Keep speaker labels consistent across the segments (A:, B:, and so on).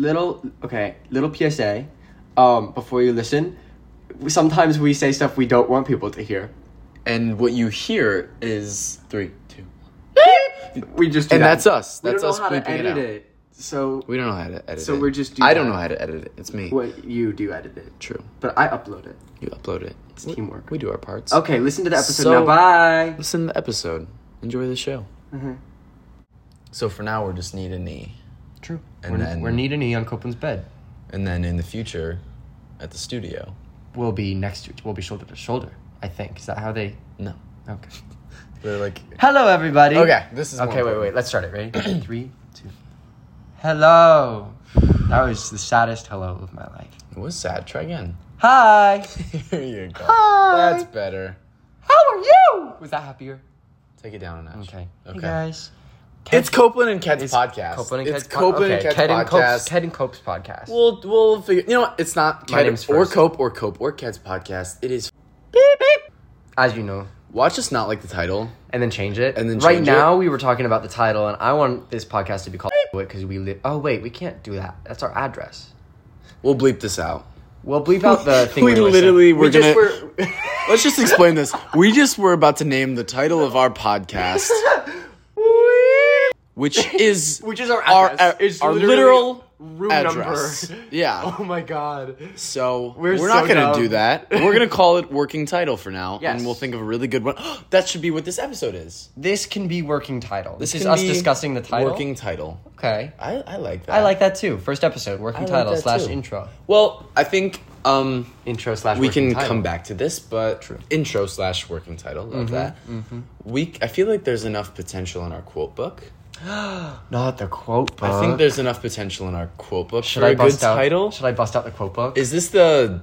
A: little okay, little PSA. Um, before you listen, sometimes we say stuff we don't want people to hear.
B: And what you hear is three, two.
A: We just do
B: And
A: that.
B: that's us.
A: We
B: That's
A: don't
B: us
A: know how to
B: bleeping it
A: edit
B: out.
A: it. So
B: We don't know how to edit
A: So
B: it.
A: we're just do
B: I
A: that.
B: don't know how to edit it. It's me.
A: what you do edit it,
B: True.
A: but I upload it.
B: You upload it. It's
A: teamwork.
B: We do our parts.
A: Okay, listen to the episode
B: So-
A: now. Bye.
B: Listen to the episode. Enjoy the show.
A: Mm-hmm.
B: So for now, we're just knee to knee.
A: True.
B: And We're- then- we're knee
A: to knee on Copeland's bed.
B: And then in the future, at the studio.
A: We'll be next to each. We'll be shoulder to shoulder. I think. Is that how they?
B: No.
A: Okay.
B: They're like.
A: Hello, everybody.
B: Okay, this is. more
A: Okay, wait,
B: important.
A: wait. Let's start it. Ready? Three, two. Hello. That was the saddest hello of my life.
B: It was sad. Try again.
A: Hi.
B: Here you go.
A: Hi.
B: That's better.
A: How are you? Was that happier?
B: Take it down a notch.
A: Okay.
B: Okay.
A: Hey guys.
B: It's Copeland and Ked's
A: It's
B: podcast.
A: Copeland and
B: it's
A: Ked's po-
B: Copeland
A: okay,
B: and Ked's
A: Ked
B: podcast.
A: Cope's, Ked and Cope's podcast.
B: We'll we'll figure. You know what? It's not
A: My
B: Ked
A: name's
B: or
A: first.
B: Cope or Cope or Ked's podcast. It is.
A: As you know,
B: Watch us not like the title.
A: and then change it.
B: And then
A: right
B: change
A: now we were talking about the title, and I want this podcast to be called it because we live. Oh wait, we can't do that. That's our address.
B: We'll bleep this out.
A: We'll bleep out the thing.
B: We
A: were saying.
B: literally were
A: We just
B: gonna-
A: were-
B: Let's just explain this. We just were about to name the title of our podcast, which is
A: Which is our
B: our,
A: address. It's
B: our
A: literally
B: literal
A: room
B: address.
A: number.
B: Yeah.
A: Oh my god.
B: So
A: We're
B: we're, not
A: so
B: gonna
A: dumb.
B: do that. We're gonna call it working title for now,
A: Yes.
B: and we'll think of a really good one. that should be what this episode is.
A: This can be working title. This, is
B: can
A: us
B: be
A: discussing the title.
B: Working title.
A: Okay.
B: I, I like that.
A: I like that too. First episode, working
B: I like
A: title
B: that
A: slash
B: too.
A: intro.
B: Well, I think um,
A: Intro slash.
B: we
A: working
B: can
A: title.
B: come back to this, but intro slash working title. Love
A: Mm-hmm,
B: that. We I feel like there's enough potential in our quote book.
A: Not the quote book.
B: I think there's enough potential in our quote
A: Uh,
B: book
A: Should
B: for
A: I
B: a good
A: bust out?
B: title.
A: Should I bust out the quote book?
B: Is this the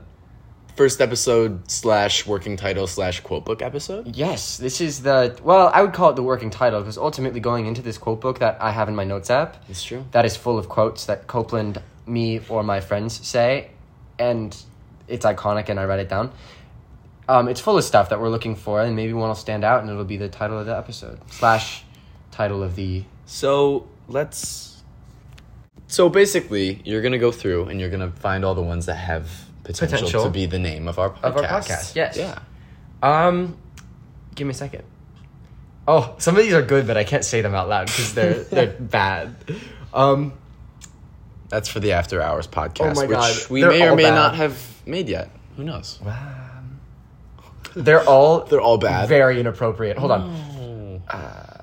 B: first episode slash working title slash quote book episode?
A: Yes, this is the well. I would call it the working title because ultimately, going into this quote book that I have in my notes app,
B: It's true.
A: that is full of quotes that Copeland, me, or my friends say, and it's iconic. And I write it down. Um, it's full of stuff that we're looking for, and maybe one will stand out, and it'll be the title of the episode slash title of the.
B: So let's. So basically, you're gonna go through and you're gonna find all the ones that have potential,
A: Potential.
B: to be the name of our podcast.
A: our podcast, yes.
B: Yeah.
A: Um, give me a second. Oh, some of these are good, but I can't say them out loud because they're they're bad. Um,
B: That's for the After Hours podcast,
A: Oh my
B: which
A: God,
B: we
A: they're
B: may or
A: all
B: may
A: bad.
B: not have made yet. Who knows?
A: they're all
B: They're all bad.
A: very inappropriate. Hold on.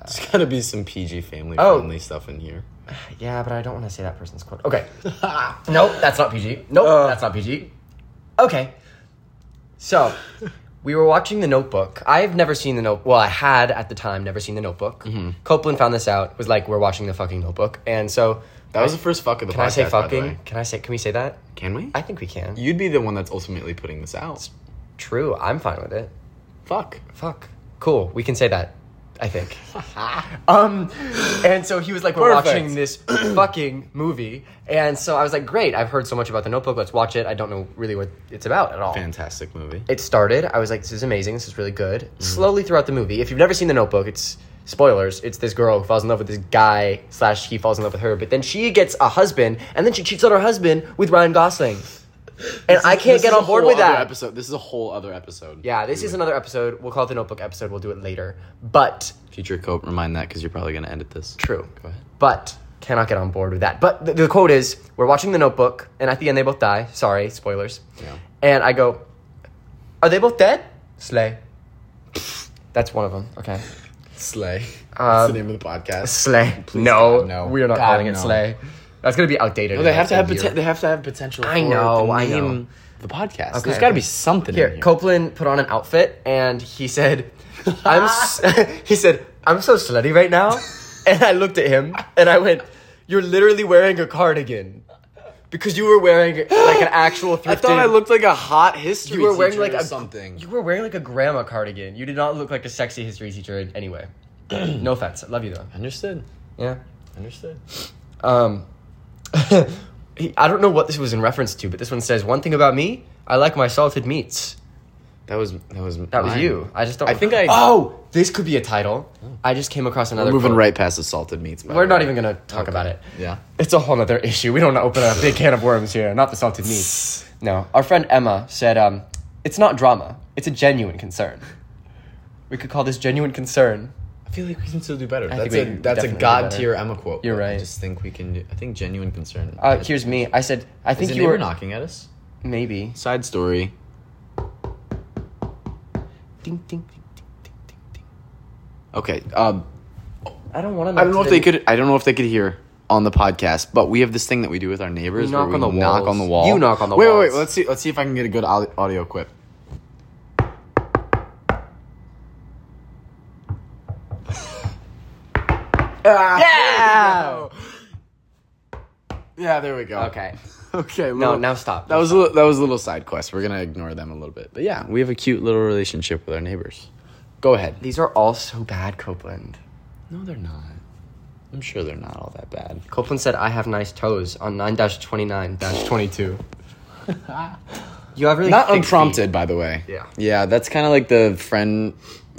B: There's gotta be some PG family
A: Oh.
B: friendly stuff in here.
A: Yeah, but I don't want to say that person's quote. Okay. nope, that's not PG. Nope,
B: Uh.
A: that's not PG. Okay. So, we were watching The Notebook. I've never seen The Notebook. Well, I had at the time never seen The Notebook.
B: Mm-hmm.
A: Copeland found this out. Was like, we're watching the fucking Notebook, and so
B: That was the first fuck of the
A: can
B: podcast.
A: I say
B: by the
A: fucking?
B: way.
A: Can I say? Can we say that?
B: Can we?
A: I think we can.
B: You'd be the one that's ultimately putting this out.
A: True. I'm fine with it.
B: Fuck.
A: Fuck. Cool. We can say that. I think. um, and so he was like, "We're
B: Perfect.
A: watching this fucking movie," and so I was like, "Great! I've heard so much about The Notebook. Let's watch it. I don't know really what it's about at all."
B: Fantastic movie.
A: It started. I was like, "This is amazing. This is really good."
B: Mm-hmm.
A: Slowly throughout the movie, if you've never seen The Notebook, it's spoilers. It's this girl who falls in love with this guy slash he falls in love with her, but then she gets a husband, and then she cheats on her husband with Ryan Gosling, and I can't
B: This
A: get
B: is a
A: on board
B: whole
A: with
B: other
A: that.
B: Episode. This is a whole other episode.
A: Yeah, this is another episode. We'll call it the Notebook episode. We'll do it later. But
B: Future Cope, remind that because you're probably going to edit this.
A: true.
B: Go ahead.
A: But cannot get on board with that. But the, the quote is, "We're watching the Notebook, and at the end they both die." Sorry, spoilers.
B: Yeah.
A: And I go, "Are they both dead?" Slay. That's one of them. Okay.
B: Slay. That's
A: Um,
B: the name of the podcast.
A: Slay.
B: Please,
A: no,
B: God, no.
A: we are not
B: God,
A: calling it
B: no.
A: Slay. That's gonna be outdated.
B: No,
A: in
B: they
A: like
B: have to
A: a
B: have
A: year.
B: poten- they have to have potential.
A: I
B: for
A: know,
B: The
A: I
B: name,
A: know.
B: The podcast.
A: Okay,
B: There's got to
A: okay.
B: be something
A: Here,
B: in here.
A: Copeland put on an outfit and he said, "I'm." s- he said, "I'm so slutty right now," and I looked at him and I went, "You're literally wearing a cardigan because you were wearing like an actual thrifted."
B: I thought I looked like a hot history.
A: You were wearing
B: teacher
A: like a
B: or something.
A: You were wearing like a grandma cardigan. You did not look like a sexy history teacher in any way. no offense, I love you though.
B: Understood.
A: Yeah.
B: Understood.
A: Um, he- I don't know what this was in reference to, but this one says, "One thing about me, I like my salted meats."
B: That was that was
A: That was you. I just don't.
B: I think I- Oh.
A: Oh, this could be a title. I just came across another.
B: We're moving
A: quote.
B: right past the salted meats. by
A: We're
B: the
A: not
B: way.
A: even gonna talk
B: Okay.
A: about it.
B: Yeah.
A: It's a whole other issue. We don't want to open a big can of worms here. Not the salted meats. No, our friend Emma said, um, "It's not drama. It's a genuine concern. We could call this genuine concern."
B: I feel like we can still do better.
A: think
B: that's
A: we
B: a
A: can
B: that's a
A: definitely do
B: god
A: better.
B: tier Emma quote.
A: You're
B: but I
A: right.
B: just think we can. Do, I think genuine concern.
A: Uh, here's me. I said, "I
B: Is
A: think
B: the
A: you
B: neighbor
A: were
B: knocking at us?
A: maybe."
B: Side story.
A: Ding, ding, ding, ding, ding, ding, ding.
B: Okay. Um,
A: I don't want to.
B: I don't know if they could. I don't know if they could hear on the podcast, but we have this thing that we do with our neighbors.
A: We
B: where
A: knock on
B: we
A: the
B: knock
A: walls.
B: on the wall.
A: You knock on the
B: wait, Wait,
A: walls.
B: wait. Let's see. Let's see if I can get a good au- audio clip.
A: Yeah.
B: Yeah, there Ah, we go.
A: Okay.
B: Okay.
A: No,
B: little-
A: now stop.
B: That was a little, that was a little side quest. We're gonna ignore them a little bit, but yeah, we have a cute little relationship with our neighbors. Go ahead.
A: These are all so bad, Copeland.
B: No, they're not. I'm sure they're not all that bad.
A: Copeland said, I have nice toes on 9 29 22. You have really
B: Not
A: thick
B: unprompted, by the way.
A: Yeah.
B: Yeah, that's kind of like the friend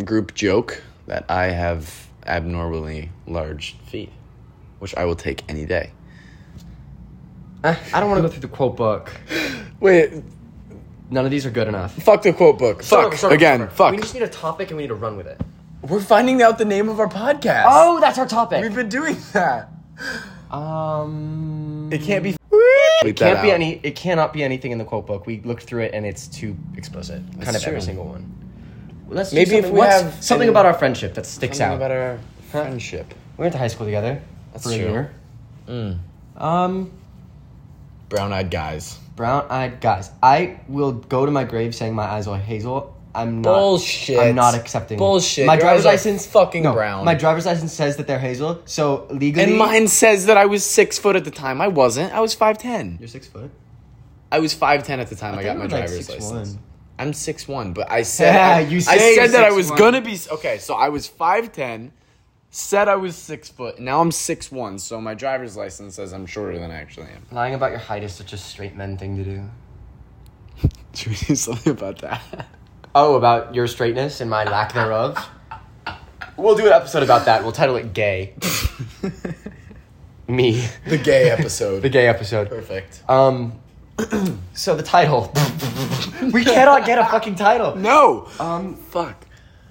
B: group joke that I have abnormally large feet, which I will take any day.
A: feet. Eh, I don't want to go through the quote book.
B: Wait,
A: None of these are good enough.
B: fuck the quote book. Fuck again. Fuck.
A: We just need a topic and we need to run with it.
B: We're finding out the name of our podcast.
A: Oh, that's our topic.
B: we've been doing that.
A: um,
B: It can't be.
A: it can't be any. It cannot be anything in the quote book. We looked through it and it's too explicit. kind of
B: That's
A: every
B: true.
A: single one. Let's do
B: Maybe if
A: something-
B: we
A: what's-
B: have
A: something
B: an-
A: about our friendship that sticks out.
B: about our friendship.
A: we went to high school together.
B: That's
A: for a
B: true.
A: year. Um,
B: Brown-eyed guys.
A: Brown eyed guys. I will go to my grave saying my eyes are hazel. I'm not.
B: Bullshit.
A: I'm not accepting.
B: Bullshit.
A: My
B: Your
A: driver's
B: eyes are
A: license
B: fucking brown.
A: My driver's license says that they're hazel. So legally,
B: And mine says that I was six foot at the time. I wasn't. I was five ten.
A: You're six foot.
B: I was five ten at the time I, got
A: you
B: my
A: were, like,
B: driver's
A: 6'1".
B: license. I'm six one, but I said I,
A: Yeah, you
B: I
A: say
B: said
A: you're
B: that I was
A: 6'1".
B: gonna be okay. So I was five ten, said I was six foot. Now I'm six one. So my driver's license says I'm shorter than I actually am.
A: Lying about your height is such a straight men thing to do.
B: Should we do something about that?
A: Oh, about your straightness and my lack thereof. We'll do an episode about that. We'll title it "Gay." Me,
B: The gay episode.
A: the gay episode.
B: Perfect.
A: Um, so the title. we cannot get a fucking title.
B: No.
A: Um,
B: Fuck.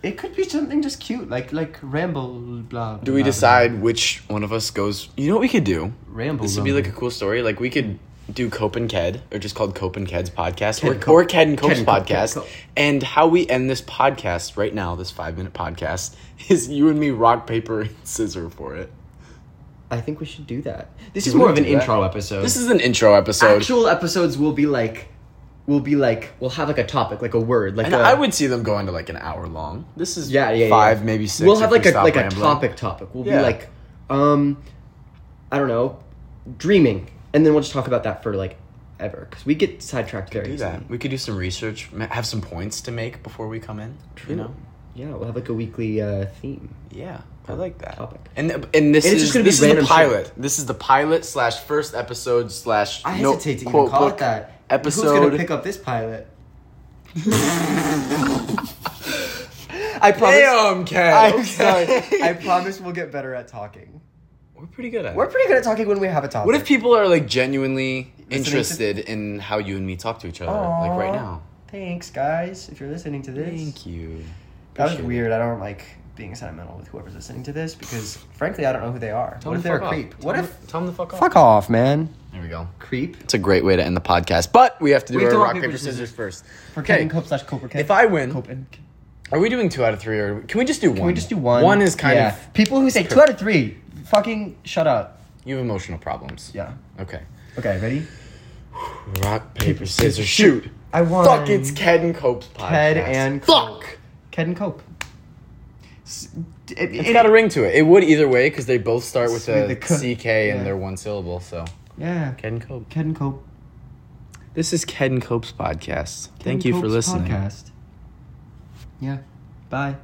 A: It could be something just cute, like like ramble blah.
B: Do we decide which one of us goes? You know what we could do?
A: Ramble
B: This would be like
A: Rumble.
B: a cool story. Like we could do Cope and Ked, or just called Cope and Ked's podcast, or,
A: and Cope.
B: or Ked and Cope's
A: and Cope, Ked and
B: podcast.
A: Cope.
B: And how we end this podcast right now, this five minute podcast, is you and me rock paper and scissor for it.
A: I think we should do that. This
B: Do
A: is
B: we
A: more of
B: do
A: an
B: that?
A: intro episode.
B: This is an intro episode.
A: actual episodes will be like, will be like we'll have like a topic, like a word, like
B: and
A: a,
B: I would see them going to like an hour long. This is
A: yeah yeah yeah.
B: five maybe six.
A: We'll
B: if
A: have
B: we
A: like a
B: stop
A: like a
B: rambling.
A: topic topic. We'll
B: Yeah.
A: be like, um, I don't know, dreaming, and then we'll just talk about that for like ever because we get sidetracked very
B: Do
A: easily.
B: that. We could do some research, ma- have some points to make before we come in. You know.
A: Yeah, we'll have like a weekly uh, theme.
B: Yeah, I like that.
A: Topic.
B: And and this
A: And it's
B: is
A: just gonna be
B: this is the
A: random shit.
B: pilot. This is the pilot slash first episode slash.
A: I
B: no-
A: hesitate to even
B: quote
A: call
B: book
A: it that. Who's
B: Episode.
A: gonna pick up this pilot? I promise.
B: Ken.
A: I'm sorry. I promise we'll get better at talking.
B: We're pretty good at.
A: We're
B: it.
A: pretty good at talking when we have a topic.
B: What if people are like genuinely
A: to-
B: interested in how you and me talk to each other, like right
A: Aw.
B: now?
A: Thanks, guys, if you're listening to this.
B: Thank you.
A: That was
B: Appreciate it.
A: weird. I don't like being sentimental with whoever's listening to this because, frankly, I don't know who they are.
B: Tell
A: what
B: them
A: if they're
B: fuck
A: a
B: off.
A: creep?
B: Tell
A: what
B: them-
A: if?
B: Tell them the fuck off.
A: off, man.
B: There we go.
A: Creep.
B: It's a great way to end the podcast, but we have to do
A: We have
B: our
A: to
B: rock
A: rock,
B: paper
A: paper,
B: scissors first.
A: For
B: Okay.
A: Kevin Cope slash Cobra Cat.
B: If I win,
A: Cope and- can
B: are we doing two out of three, or can we just do one?
A: we just do one?
B: One is kind
A: Yeah.
B: of
A: people who say two out of three. Fucking shut up.
B: you have emotional problems.
A: Yeah.
B: Okay.
A: Okay, ready?
B: Rock, paper, scissors, shoot.
A: I won.
B: Fuck, it's Ked and Cope's podcast.
A: Ked and Cope.
B: Fuck!
A: Ked and Cope. S- d- It,
B: It's
A: it-
B: got a ring to it. It would either way because they both start with
A: Sweet,
B: a
A: the c-
B: CK
A: yeah.
B: and they're one syllable, so.
A: yeah.
B: Ked and Cope.
A: Ked and Cope.
B: This is Ked and Cope's podcast.
A: Ked and Cope's Podcast. Yeah. Bye.